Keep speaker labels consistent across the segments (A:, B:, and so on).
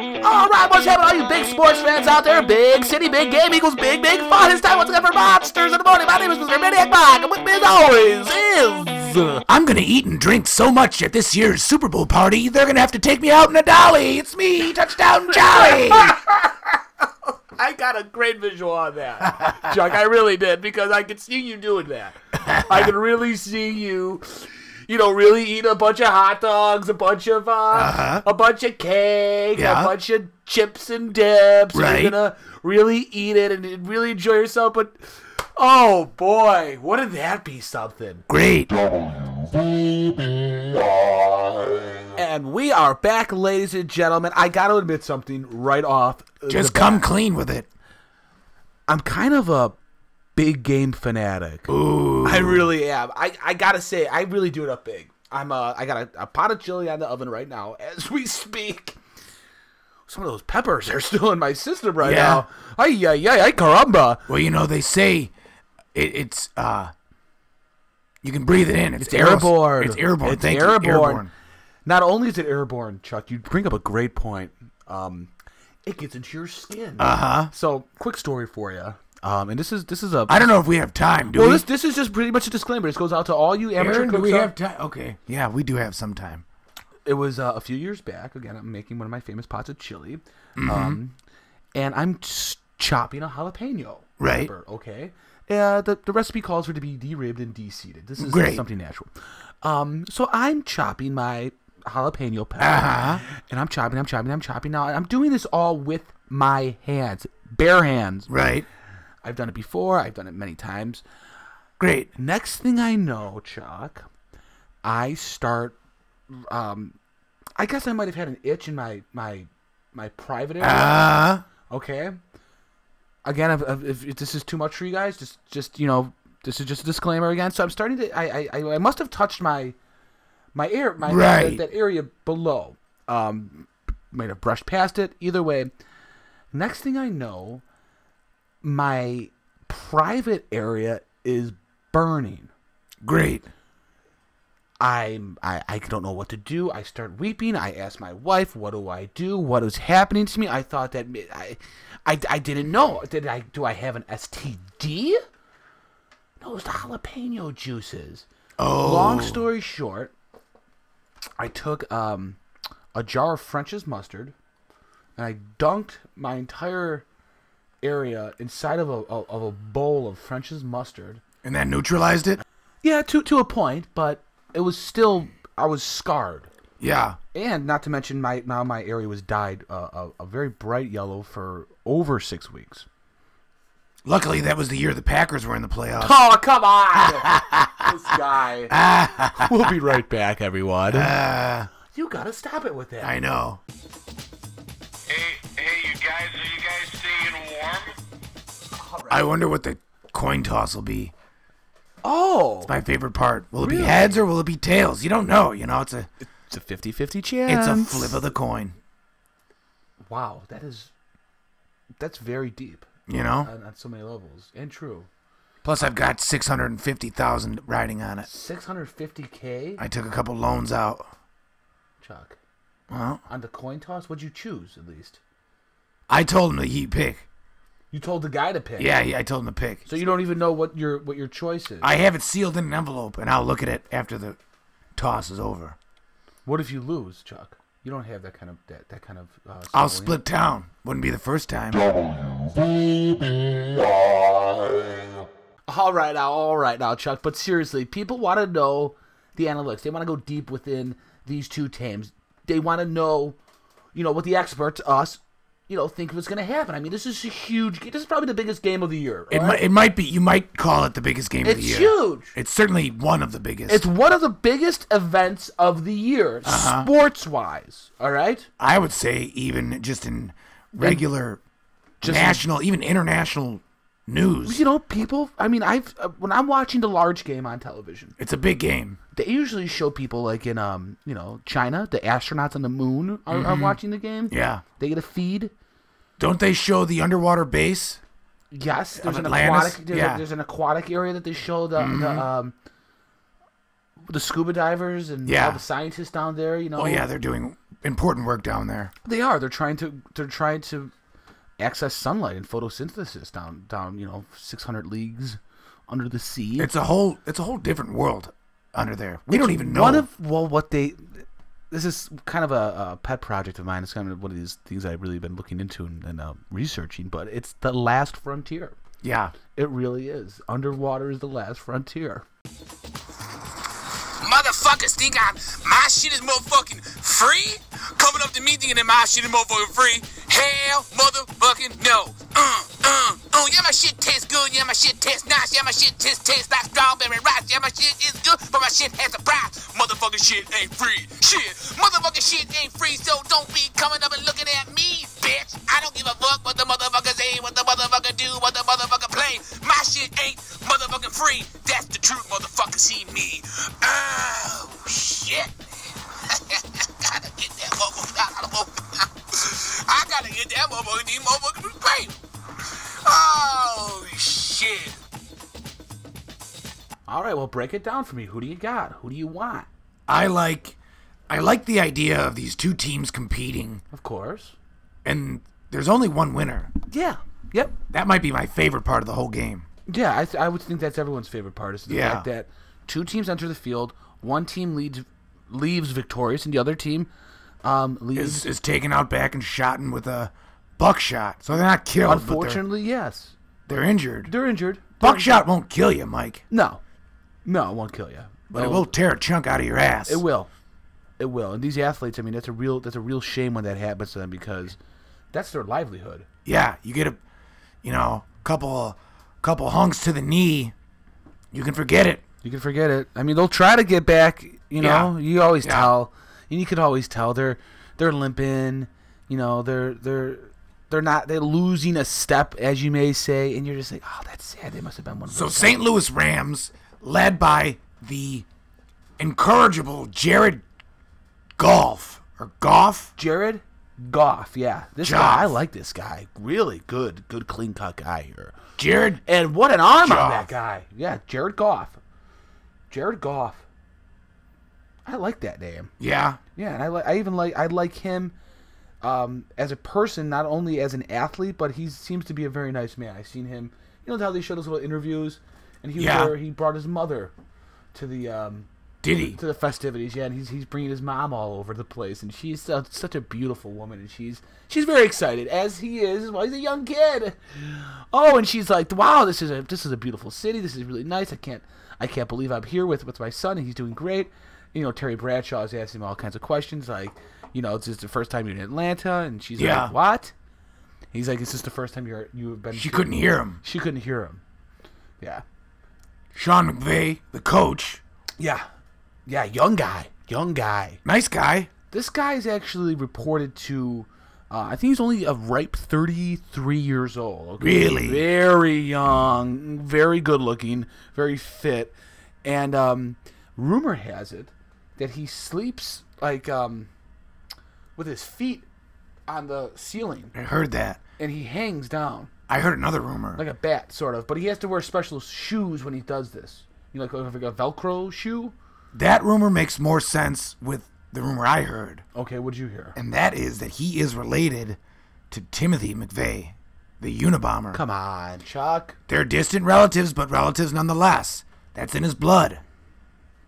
A: All right, what's happening, all you big sports fans out there? Big city, big game equals big, big fun. It's time once again for Monsters in the Morning. My name is Mr. Maniac Mike, and with me as always is...
B: I'm gonna eat and drink so much at this year's Super Bowl party, they're gonna have to take me out in a dolly. It's me, touchdown Jolly.
A: I got a great visual on that, Chuck. I really did because I could see you doing that. I could really see you, you know, really eating a bunch of hot dogs, a bunch of uh,
B: Uh-huh.
A: a bunch of cake,
B: Yeah.
A: a bunch of chips and dips.
B: Right.
A: You're gonna really eat it and really enjoy yourself. But oh boy, wouldn't that be something?
B: Great.
A: And we are back, ladies and gentlemen. I got to admit something right off.
B: Just
A: the-
B: come clean with it.
A: I'm kind of a big game fanatic.
B: Ooh.
A: I really am. I, I gotta say, I really do it up big. I'm uh, I got a, a pot of chili on the oven right now as we speak. Some of those peppers are still in my system right
B: Yeah.
A: now. Ay ay ay ay caramba!
B: Well, you know they say it, it's uh, you can breathe it in. It's, aer-
A: airborne.
B: It's airborne.
A: It's
B: Thank
A: airborne.
B: you. Airborne.
A: Not only is it airborne, Chuck, you bring up a great point. Um, it gets into your skin.
B: Uh huh.
A: so, quick story for you. Um, and this is this is a
B: I don't know if we have time. Do
A: well,
B: we?
A: this this is just pretty much a disclaimer. This goes out to all you amateur
B: Aaron, do
A: cooks
B: we
A: out-
B: have time? Okay. Yeah, we do have some time.
A: it was uh, a few years back. Again, I'm making one of my famous pots of chili,
B: Mm-hmm.
A: um, and I'm s- chopping a jalapeno.
B: Right.
A: pepper, okay. Uh, the, the recipe calls for it to be deribbed and de-seeded. This is
B: Great.
A: something natural. Um, so I'm chopping my jalapeno pepper,
B: Uh-huh.
A: and I'm chopping, I'm chopping, I'm chopping. Now I'm doing this all with my hands, bare hands.
B: Right.
A: I've done it before. I've done it many times.
B: Great.
A: Next thing I know, Chuck, I start. Um, I guess I might have had an itch in my my my private area.
B: Uh
A: okay. Again, if, if, if this is too much for you guys, just just you know, this is just a disclaimer again. So I'm starting to. I I, I- I must have touched my my air my
B: Right.
A: that, that area below. Um, might have brushed past it. Either way, next thing I know, my private area is burning.
B: Great.
A: I'm I, I don't know what to do. I start weeping. I ask my wife, "What do I do? What is happening to me?" I thought that ma- I, I, I didn't know. Did I do I have an STD? No, it's the jalapeno juices.
B: Oh.
A: Long story short, I took um a jar of French's mustard, and I dunked my entire area inside of a of of a bowl of French's mustard.
B: And that neutralized it.
A: Yeah, to to a point, but it was still I was scarred,
B: Yeah.
A: and not to mention my now my area was dyed uh, a, a very bright yellow for over six weeks.
B: Luckily, that was the year the Packers were in the playoffs.
A: Oh come on, this guy. we'll be right back, everyone.
B: Uh,
A: you gotta stop it with that.
B: I know.
C: Hey, hey, you guys, are you guys staying warm?
B: I wonder what the coin toss will be.
A: oh,
B: My favorite part. Will it be heads or will it be tails? You don't know. You know, it's a
A: it's a 50-50 chance.
B: it's a flip of the coin.
A: Wow, that is that's very deep
B: You know.
A: on, on so many levels and true.
B: Plus, I've got six hundred and fifty thousand riding on it.
A: Six hundred fifty k,
B: I took a couple loans out.
A: Chuck.
B: Well,
A: On the coin toss, what'd you choose at least?
B: I told him to he pick.
A: You told the guy to pick.
B: Yeah, yeah, I told him to pick.
A: So you don't even know what your what your choice is.
B: I have it sealed in an envelope, and I'll look at it after the toss is over.
A: what if you lose, Chuck? You don't have that kind of that, that kind of. Uh,
B: I'll
A: sibling.
B: split town. Wouldn't be the first time.
A: All right now, all right now, Chuck. But seriously, people want to know the analytics. They want to go deep within these two teams. They want to know, you know, what the experts, us, you know, think what's going to happen. I mean, this is a huge. This is probably the biggest game of the year.
B: It,
A: all right?
B: might, it might be. You might call it the biggest game of
A: It's
B: the year.
A: huge.
B: It's certainly one of the biggest.
A: It's one of the biggest events of the year,
B: Uh-huh.
A: sports wise. All right.
B: I would say even just in regular,
A: Just-
B: national, even international news.
A: You know, people. I mean, I've uh, when I'm watching the large game on television,
B: It's a big game.
A: they usually show people like in um you know China, the astronauts on the moon are, are watching the game.
B: Mm-hmm. Yeah.
A: They get a feed.
B: Don't they show the underwater base?
A: Yes, there's an
B: Atlantis?
A: aquatic. There's,
B: Yeah. Mm-hmm.
A: a, there's an aquatic area that they show the, the um the scuba divers and
B: Yeah.
A: all the scientists down there. You know.
B: Oh yeah, they're doing important work down there.
A: They are. They're trying to. They're trying to access sunlight and photosynthesis down down you know 600 leagues under the sea.
B: It's a whole it's a whole different world under there. We don't even know.
A: One of well, what they this is kind of a, a pet project of mine. It's kind of one of these things I've really been looking into and, and uh, researching. But it's the last frontier.
B: yeah.
A: It really is. Underwater is the last frontier.
D: Motherfuckers think I'm my shit is motherfucking free? Coming up to me thinking that my shit is motherfucking free? Hell motherfucking no. Uh, uh, uh, yeah, my shit tastes good. Yeah, my shit tastes nice. Yeah, my shit tastes, tastes like strawberry rice. Yeah, my shit is good, but my shit has a price. Motherfucking shit ain't free. Shit. Motherfucking shit ain't free, so don't be coming up and looking at me, bitch. I don't give a fuck what the motherfuckers say, what the motherfucker do, what the motherfucker play. My shit ain't motherfucking free. That's the truth, motherfucker. See me. Oh shit. gotta get that motherfucker out of motherfucker. I gotta get that motherfucker. These motherfuckers pay. Oh shit.
A: All right, well, break it down for me. Who do you got? Who do you want?
B: I like I like the idea of these two teams competing
A: Of course.
B: and there's only one winner.
A: Yeah. Yep.
B: That might be my favorite part of the whole game.
A: Yeah, I, th- I would think that's everyone's favorite part is the
B: Yeah.
A: fact that two teams enter the field, one team leads leaves victorious, and the other team um, leaves.
B: Is is taken out back and shot in with a buckshot. So they're not killed, but
A: Unfortunately, yes,
B: they're, they're injured.
A: they're injured.
B: buckshot won't kill you, Mike,
A: No, no, it won't kill you,
B: but it will tear a chunk out of your ass.
A: It will. It will. And these athletes, I mean, that's a real that's a real shame when that happens to them because that's their livelihood.
B: Yeah, you get a you know, couple couple hunks to the knee, you can forget it.
A: You can forget it. I mean, they'll try to get back. You know,
B: Yeah.
A: you always
B: Yeah.
A: tell, and you could always tell they're they're limping. You know, they're they're they're not they're losing a step, as you may say, and you're just like, oh, that's sad. They must have been one of
B: So
A: those.
B: St. Louis Rams, led by the incorrigible Jared Goff or Goff.
A: Jared Goff, yeah, this guy, I
B: Goff.
A: like this guy. Really good, good clean cut guy here.
B: Jared
A: And what an arm on
B: Goff.
A: that guy. Yeah, Jared Goff. Jared Goff. I like that name.
B: Yeah.
A: Yeah, and I like I even like I like him um, as a person, not only as an athlete, but he seems to be a very nice man. I've seen him. You know how they show those little interviews, and he was
B: Yeah.
A: there. He brought his mother to the um,
B: Did he?
A: to the festivities. Yeah, and he's he's bringing his mom all over the place, and she's such, such a beautiful woman, and she's she's very excited as he is. Well, he's a young kid. Oh, and she's like, "Wow, this is a this is a beautiful city. This is really nice. I can't I can't believe I'm here with with my son, and he's doing great." You know, Terry Bradshaw is asking him all kinds of questions, like, you know, this is the first time you're in Atlanta, and she's
B: Yeah.
A: like, "What?" He's like, "Is this the first time you're you've been?"
B: She
A: to-"
B: couldn't hear him.
A: She couldn't hear him. Yeah.
B: Sean McVay, the coach,
A: Yeah. Yeah. Young guy. Young guy.
B: nice guy.
A: This guy is actually reported to. Uh, I think he's only a ripe 33 years old. Okay?
B: Really?
A: Very young, very good looking, very fit. And um, rumor has it that he sleeps like um, with his feet on the ceiling
B: I heard that.
A: and he hangs down
B: I heard another rumor.
A: like a bat, sort of. But he has to wear special shoes when he does this. You know, like, like a Velcro shoe?
B: that rumor makes more sense with the rumor I heard,
A: Okay, what'd you hear?
B: and that is that he is related to Timothy McVeigh, the Unabomber.
A: Come on, Chuck.
B: They're distant relatives, but relatives nonetheless. That's in his blood.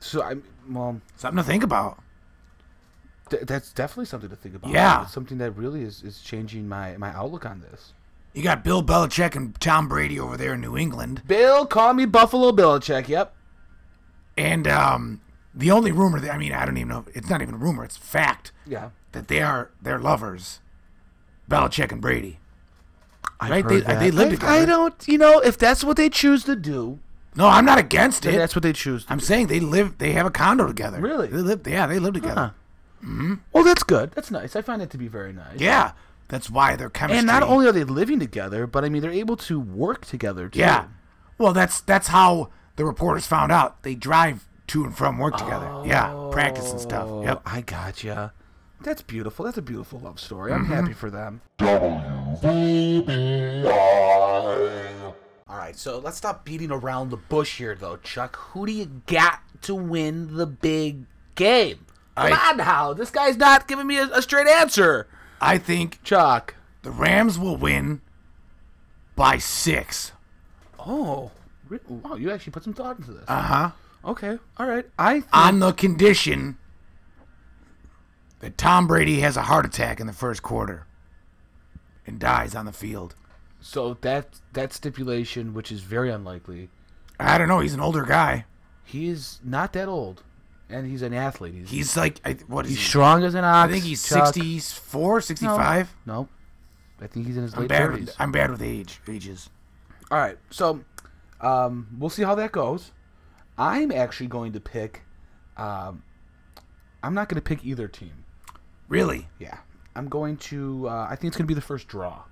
A: So, I, well.
B: Something to think about.
A: Th- that's definitely something to think about.
B: Yeah.
A: It's something that really is, is changing my, my outlook on this.
B: You got Bill Belichick and Tom Brady over there in New England.
A: Bill, call me Buffalo Belichick. Yep.
B: And um, the only rumor that I mean, I don't even know. It's not even a rumor. It's fact
A: Yeah.
B: that they are they're lovers, Belichick and Brady. Right?
A: I've
B: They-
A: heard that.
B: they live
A: I-
B: together.
A: I don't, you know, if that's what they choose to do,
B: No, I'm not against
A: then
B: it.
A: that's what they choose. To
B: I'm saying they live. They have a condo together.
A: Really?
B: They live. Yeah, they live
A: Huh.
B: together.
A: Well, that's good. That's nice. I find that to be very nice.
B: Yeah, that's why their chemistry.
A: And not only are they living together, but I mean, they're able to work together too.
B: Yeah. Well, that's that's how the reporters found out. They drive to and from work together. Yeah, practice and stuff.
A: Oh,
B: Yep.
A: I gotcha. That's beautiful. That's a beautiful love story. I'm happy for them. All right, so let's stop beating around the bush here, though, Chuck. Who do you got to win the big game? Come on now. This guy's not giving me a, a straight answer.
B: I think
A: Chuck.
B: the Rams will win by six.
A: Oh, re- wow. You actually put some thought into this. Uh,
B: Uh huh.
A: okay. All right. I think
B: On the condition that Tom Brady has a heart attack in the first quarter and dies on the field.
A: so. That that stipulation, which is very unlikely,
B: I don't know. He's an older guy.
A: he's not that old, and he's an athlete. He's,
B: He's like, I, what is
A: he's
B: he?
A: strong as an ox.
B: I think he's
A: Chuck.
B: 64, 65.
A: No, I think he's in his
B: I'm
A: late
B: bad.
A: thirties.
B: With, I'm bad with age. Ages.
A: All right, so um, we'll see how that goes. I'm actually going to pick. Um, I'm not going to pick either team.
B: Really?
A: Yeah, I'm going to. Uh, I think it's going to be the first draw.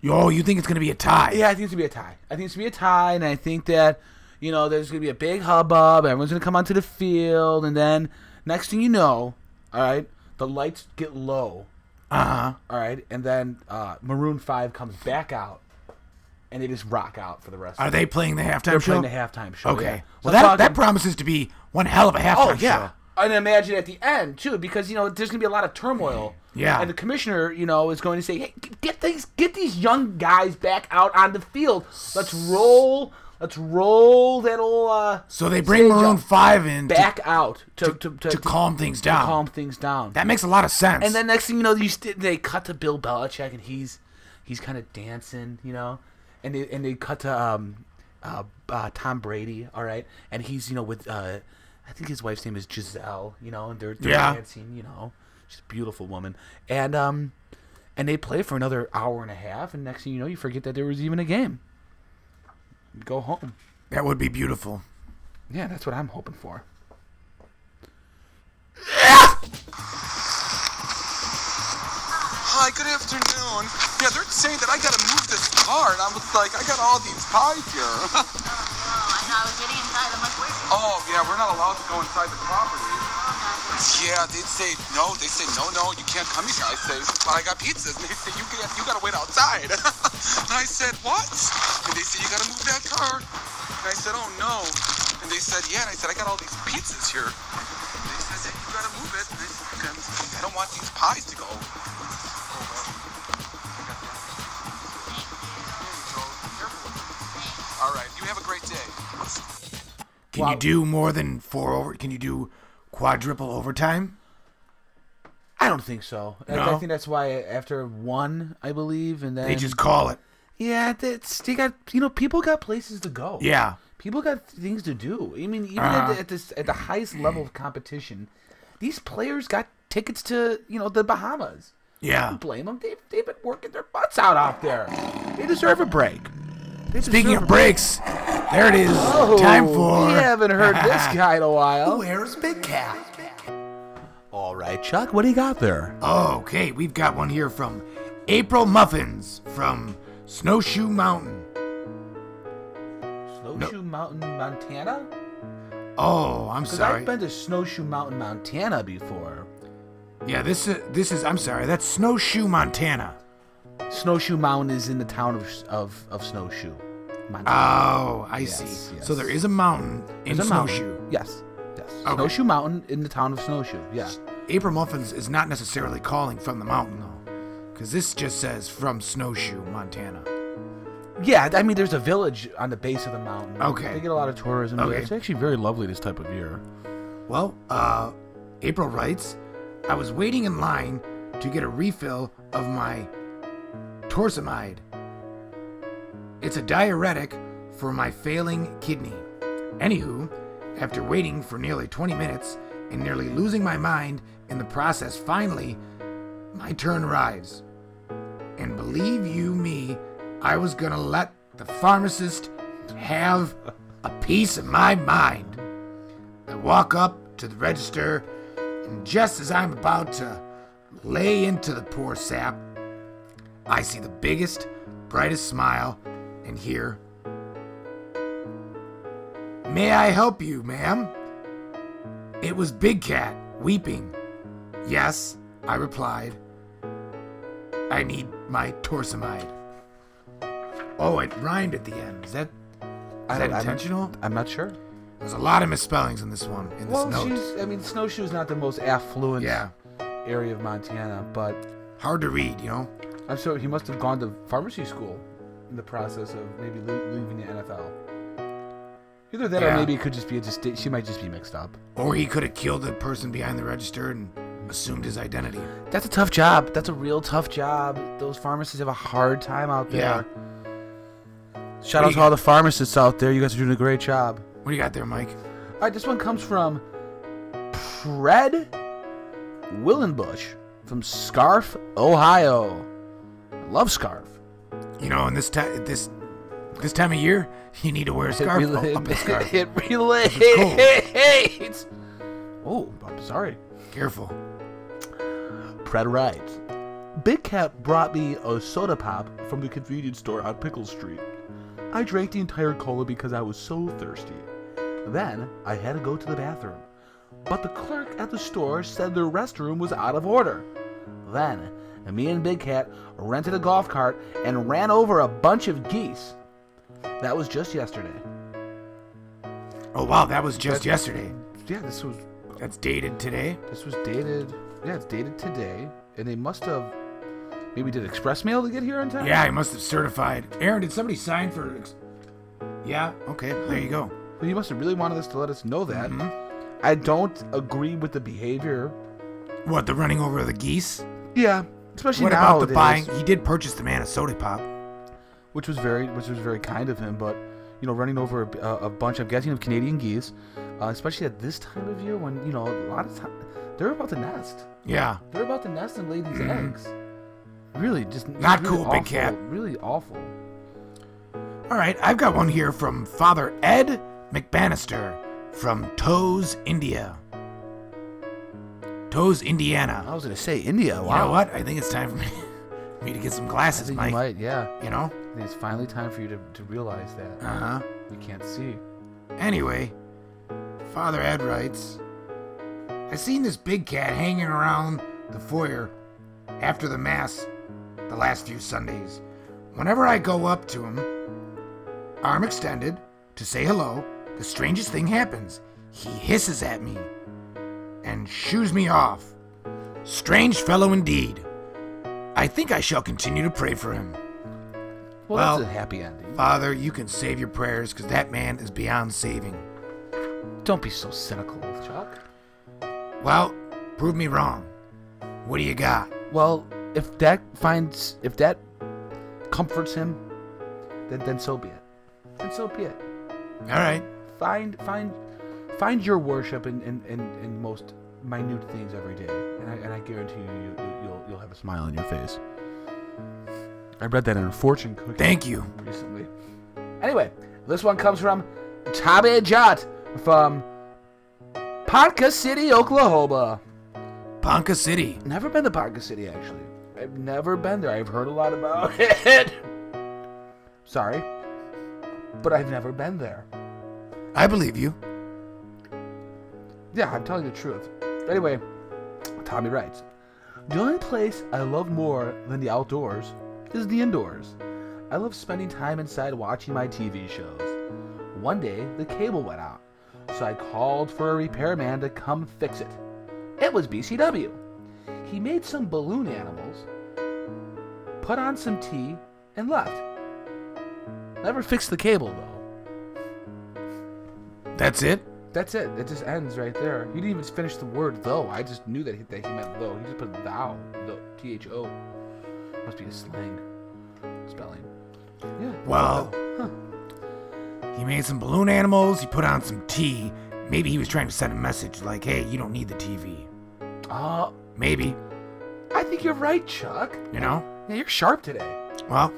B: Yo, you think it's gonna be a tie?
A: Yeah, I think it's gonna be a tie. I think it's gonna be a tie, and I think that you know there's gonna be a big hubbub. Everyone's gonna come onto the field, and then next thing you know, all right, the lights get low,
B: Uh huh.
A: all right, and then uh, Maroon Five comes back out, and they just rock out for the rest.
B: Are
A: of
B: they playing the halftime
A: They're
B: show?
A: playing the halftime show.
B: Okay.
A: yeah. So
B: Well, that,
A: I'm
B: that
A: talking-
B: promises to be one hell of a halftime
A: Oh yeah.
B: show.
A: And imagine at the end too, because you know there's gonna be a lot of turmoil.
B: Yeah.
A: And the commissioner, you know, is going to say, "Hey, g- get these get these young guys back out on the field. Let's roll. Let's roll that old uh,
B: So they bring
A: stage
B: Maroon
A: up
B: Five in to-
A: back out to to, to,
B: to, calm things down.
A: calm things down.
B: that makes a lot of sense.
A: and then next thing you know, you st- they cut to Bill Belichick, and he's he's kind of dancing, you know, and they and they cut to um uh, uh Tom Brady, all right, and he's you know with uh I think his wife's name is Giselle, you know, and they're, they're
B: Yeah.
A: dancing, you know, she's a beautiful woman, and um and they play for another hour and a half, and next thing you know, you forget that there was even a game. You Go home.
B: that would be beautiful.
A: Yeah, that's what I'm hoping for.
E: Hi, good afternoon. Yeah, they're saying that I gotta move this car, and I was like, I got all these pies here. oh, yeah, we're not allowed to go inside the property.
D: Yeah, they say no. They say no, no. You can't come here. I say, but I got pizzas. And they say you got you gotta wait outside. and I said what? And they said you gotta move that car. And I said oh no. And they said yeah. And I said I got all these pizzas here. And they said you gotta move it. And I, said, "Okay." I don't want these pies to go.
E: All right, you have a great day.
B: Can you do more than four over? Can you do quadruple overtime?
A: I don't think so. I- I,
B: No?
A: think that's why after one, I believe, and then
B: They just call it.
A: Yeah, that's they got you know people got places to go.
B: Yeah.
A: people got things to do. I mean, even at, the, at this at the highest level of competition, these players got tickets to you know the Bahamas.
B: Yeah.
A: Don't blame them. They've they've been working their butts out out there. They deserve a break. They
B: Speaking
A: deserve
B: of
A: a break.
B: breaks, there it is.
A: Oh,
B: Time for.
A: we haven't heard this guy in a while.
B: Where's Big Cat?
A: All right, Chuck, what do you got there?
B: Okay, we've got one here from April Muffins from Snowshoe Mountain.
A: Snowshoe Mountain, Montana.
B: Oh, I'm
A: Because
B: sorry.
A: I've been to Snowshoe Mountain, Montana before.
B: Yeah, this is this is. I'm sorry. That's Snowshoe, Montana.
A: Snowshoe Mountain is in the town of of, of Snowshoe, Montana.
B: Oh, I
A: Yes,
B: see.
A: yes.
B: So there is a mountain in
A: There's a mountain.
B: Snowshoe.
A: Yes. Yes. Snowshoe Mountain in the town of Snowshoe. Yeah.
B: April Muffins is not necessarily calling from the mountain though, because this just says from Snowshoe, Montana.
A: Yeah. I mean, there's a village on the base of the mountain.
B: Okay.
A: They get a lot of tourism.
B: Okay.
A: It's actually very lovely this type of year.
B: Well, uh, April writes, I was waiting in line to get a refill of my torsamide. It's a diuretic for my failing kidney. Anywho, after waiting for nearly 20 minutes and nearly losing my mind in the process, finally, my turn arrives. And believe you me, I was gonna let the pharmacist have a piece of my mind. I walk up to the register, and just as I'm about to lay into the poor sap, I see the biggest, brightest smile and hear, May I help you, ma'am? It was Big Cat, weeping. Yes, I replied. I need my torsamide. Oh, it rhymed at the end. Is that, is that
A: I'm-
B: intentional?
A: I'm, not sure.
B: There's a lot of misspellings in this one, in this
A: Well,
B: note.
A: she's. I mean, Snowshoe's not the most affluent
B: Yeah.
A: area of Montana, but
B: Hard to read, you know?
A: I'm sure he must have gone to pharmacy school in the process of maybe le- leaving the NFL. Either that, or
B: Yeah.
A: maybe it could just be a just. She might just be mixed up.
B: Or he could have killed the person behind the register and assumed his identity.
A: That's a tough job. That's a real tough job. Those pharmacists have a hard time out
B: Yeah.
A: there. Shout out to all the pharmacists out there. You guys are doing a great job.
B: What do you got there, Mike?
A: All right, this one comes from Fred Willenbush from Scarf, Ohio. I love Scarf.
B: You know, in this time, this this time of year, you need to wear a scarf.
A: It,
B: Oh, up
A: rela-
B: a scarf.
A: it relates. Oh, I'm sorry.
B: Careful.
A: Fred writes Big Cat brought me a soda pop from the convenience store on Pickle Street. I drank the entire cola because I was so thirsty. Then I had to go to the bathroom. But the clerk at the store said the restroom was out of order. Then, me and Big Cat rented a golf cart and ran over a bunch of geese. That was just yesterday.
B: Oh wow, that was just yesterday.
A: Yeah, this was
B: That's dated today.
A: This was dated. Yeah, it's dated today, and they must have maybe did express mail to get here on time.
B: Yeah, he must have certified. Aaron, did somebody sign for? Ex- yeah. Okay. There you go.
A: But he must have really wanted us to let us know that.
B: Mm-hmm.
A: I don't agree with the behavior.
B: What the running over of the geese?
A: Yeah, especially
B: What
A: now
B: about the buying? He did purchase the man a soda pop.
A: which was very, which was very kind of him. But you know, running over a, a, a bunch, I'm guessing, of Canadian geese, uh, especially at this time of year when you know a lot of time they're about to nest.
B: Yeah.
A: They're about to nest and lay these eggs. Really, just
B: Mm-hmm. Not
A: really
B: cool,
A: awful,
B: Big Cat.
A: Really awful.
B: All right, I've got one here from Father Ed McBannister from Toes, India. Toes, Indiana.
A: I was gonna say India.
B: You know what? I think it's time for me, me to get some
A: I
B: glasses,
A: think
B: Mike.
A: you might, yeah.
B: You know?
A: I think it's finally time for you to, to realize that
B: Uh huh.
A: you can't see.
B: Anyway, Father Ed writes I seen this big cat hanging around the foyer after the Mass the last few Sundays. Whenever I go up to him, arm extended, to say hello, the strangest thing happens. He hisses at me and shoos me off. Strange fellow indeed. I think I shall continue to pray for him.
A: Well,
B: Well,
A: that's a happy ending.
B: Father, you can save your prayers because that man is beyond saving.
A: Don't be so cynical, Chuck.
B: Well, prove me wrong. What do you got?
A: Well, if that finds if that comforts him, then then so be it. Then so be it.
B: All right.
A: Find find find your worship in in, in, in most minute things every day, and I, and I guarantee you, you you- you'll you'll have a smile on your face. I read that in a fortune cookie.
B: Thank you.
A: recently. Anyway, this one comes from Tabby Jot from Ponca City, Oklahoma.
B: Ponca City.
A: Never been to Ponca City, actually. I've never been there. I've heard a lot about it. Sorry. But I've never been there.
B: I believe you.
A: Yeah, I'm telling the truth. Anyway, Tommy writes The only place I love more than the outdoors is the indoors. I love spending time inside watching my TV shows. One day, the cable went out, so I called for a repairman to come fix it. It was BCW. He made some balloon animals, put on some tea, and left. Never fixed the cable, though.
B: That's it?
A: That's it. It just ends right there. He didn't even finish the word though. I just knew that he, that he meant though. He just put thou, the T H O. Must be a slang spelling. Yeah.
B: Well, he made some balloon animals. He put on some tea. Maybe he was trying to send a message like, hey, you don't need the TV.
A: Uh,
B: Maybe.
A: I think you're right, Chuck.
B: You know?
A: Yeah, you're sharp today.
B: Well,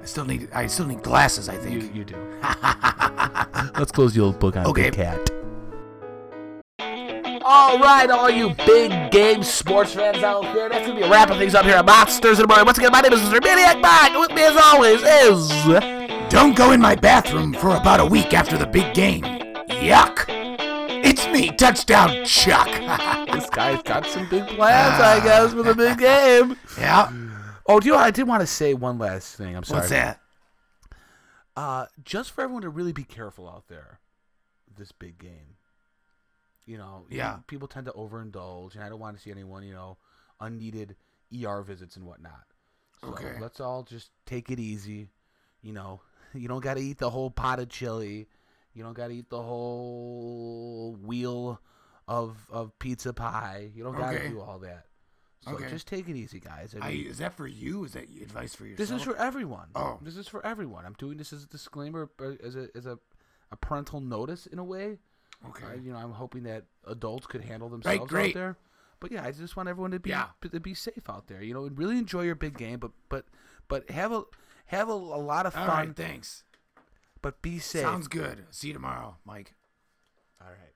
B: I still need I still need glasses, I
A: You
B: think.
A: you do. Let's close the old book on
B: Okay.
A: cat. All right, all you big game sports fans out there, that's gonna be a wrap of things up here at Monsters in the Morning. Once again, my name is Mr. Maniac Mike. With me, as always, is.
B: Don't go in my bathroom for about a week after the big game. Yuck! It's me, touchdown Chuck.
A: this guy's got some big plans, I guess, for the big game.
B: yeah.
A: Oh, do you know, what? I did want to say one last thing. I'm sorry.
B: What's that?
A: Uh, just for everyone to really be careful out there. this big game. You know,
B: Yeah.
A: people tend to overindulge, and I don't want to see anyone, you know, unneeded ER visits and whatnot. So
B: Okay.
A: let's all just take it easy. You know, you don't got to eat the whole pot of chili. You don't got to eat the whole wheel of of pizza pie. You don't got to
B: Okay.
A: do all that. So
B: Okay.
A: just take it easy, guys.
B: I,
A: I mean,
B: is that for you? Is that advice for yourself?
A: this is for everyone.
B: Oh.
A: This is for everyone. I'm doing this as a disclaimer, uh, as a as a, a parental notice in a way.
B: okay.
A: I, you know, I'm hoping that adults could handle themselves out
B: great.
A: there. But yeah, I just want everyone to be
B: Yeah.
A: to be safe out there. You know, and really enjoy your big game, but but but have a have a, a lot of
B: All
A: fun,
B: right. Thanks.
A: but be safe.
B: Sounds good. See you tomorrow, Mike.
A: All right.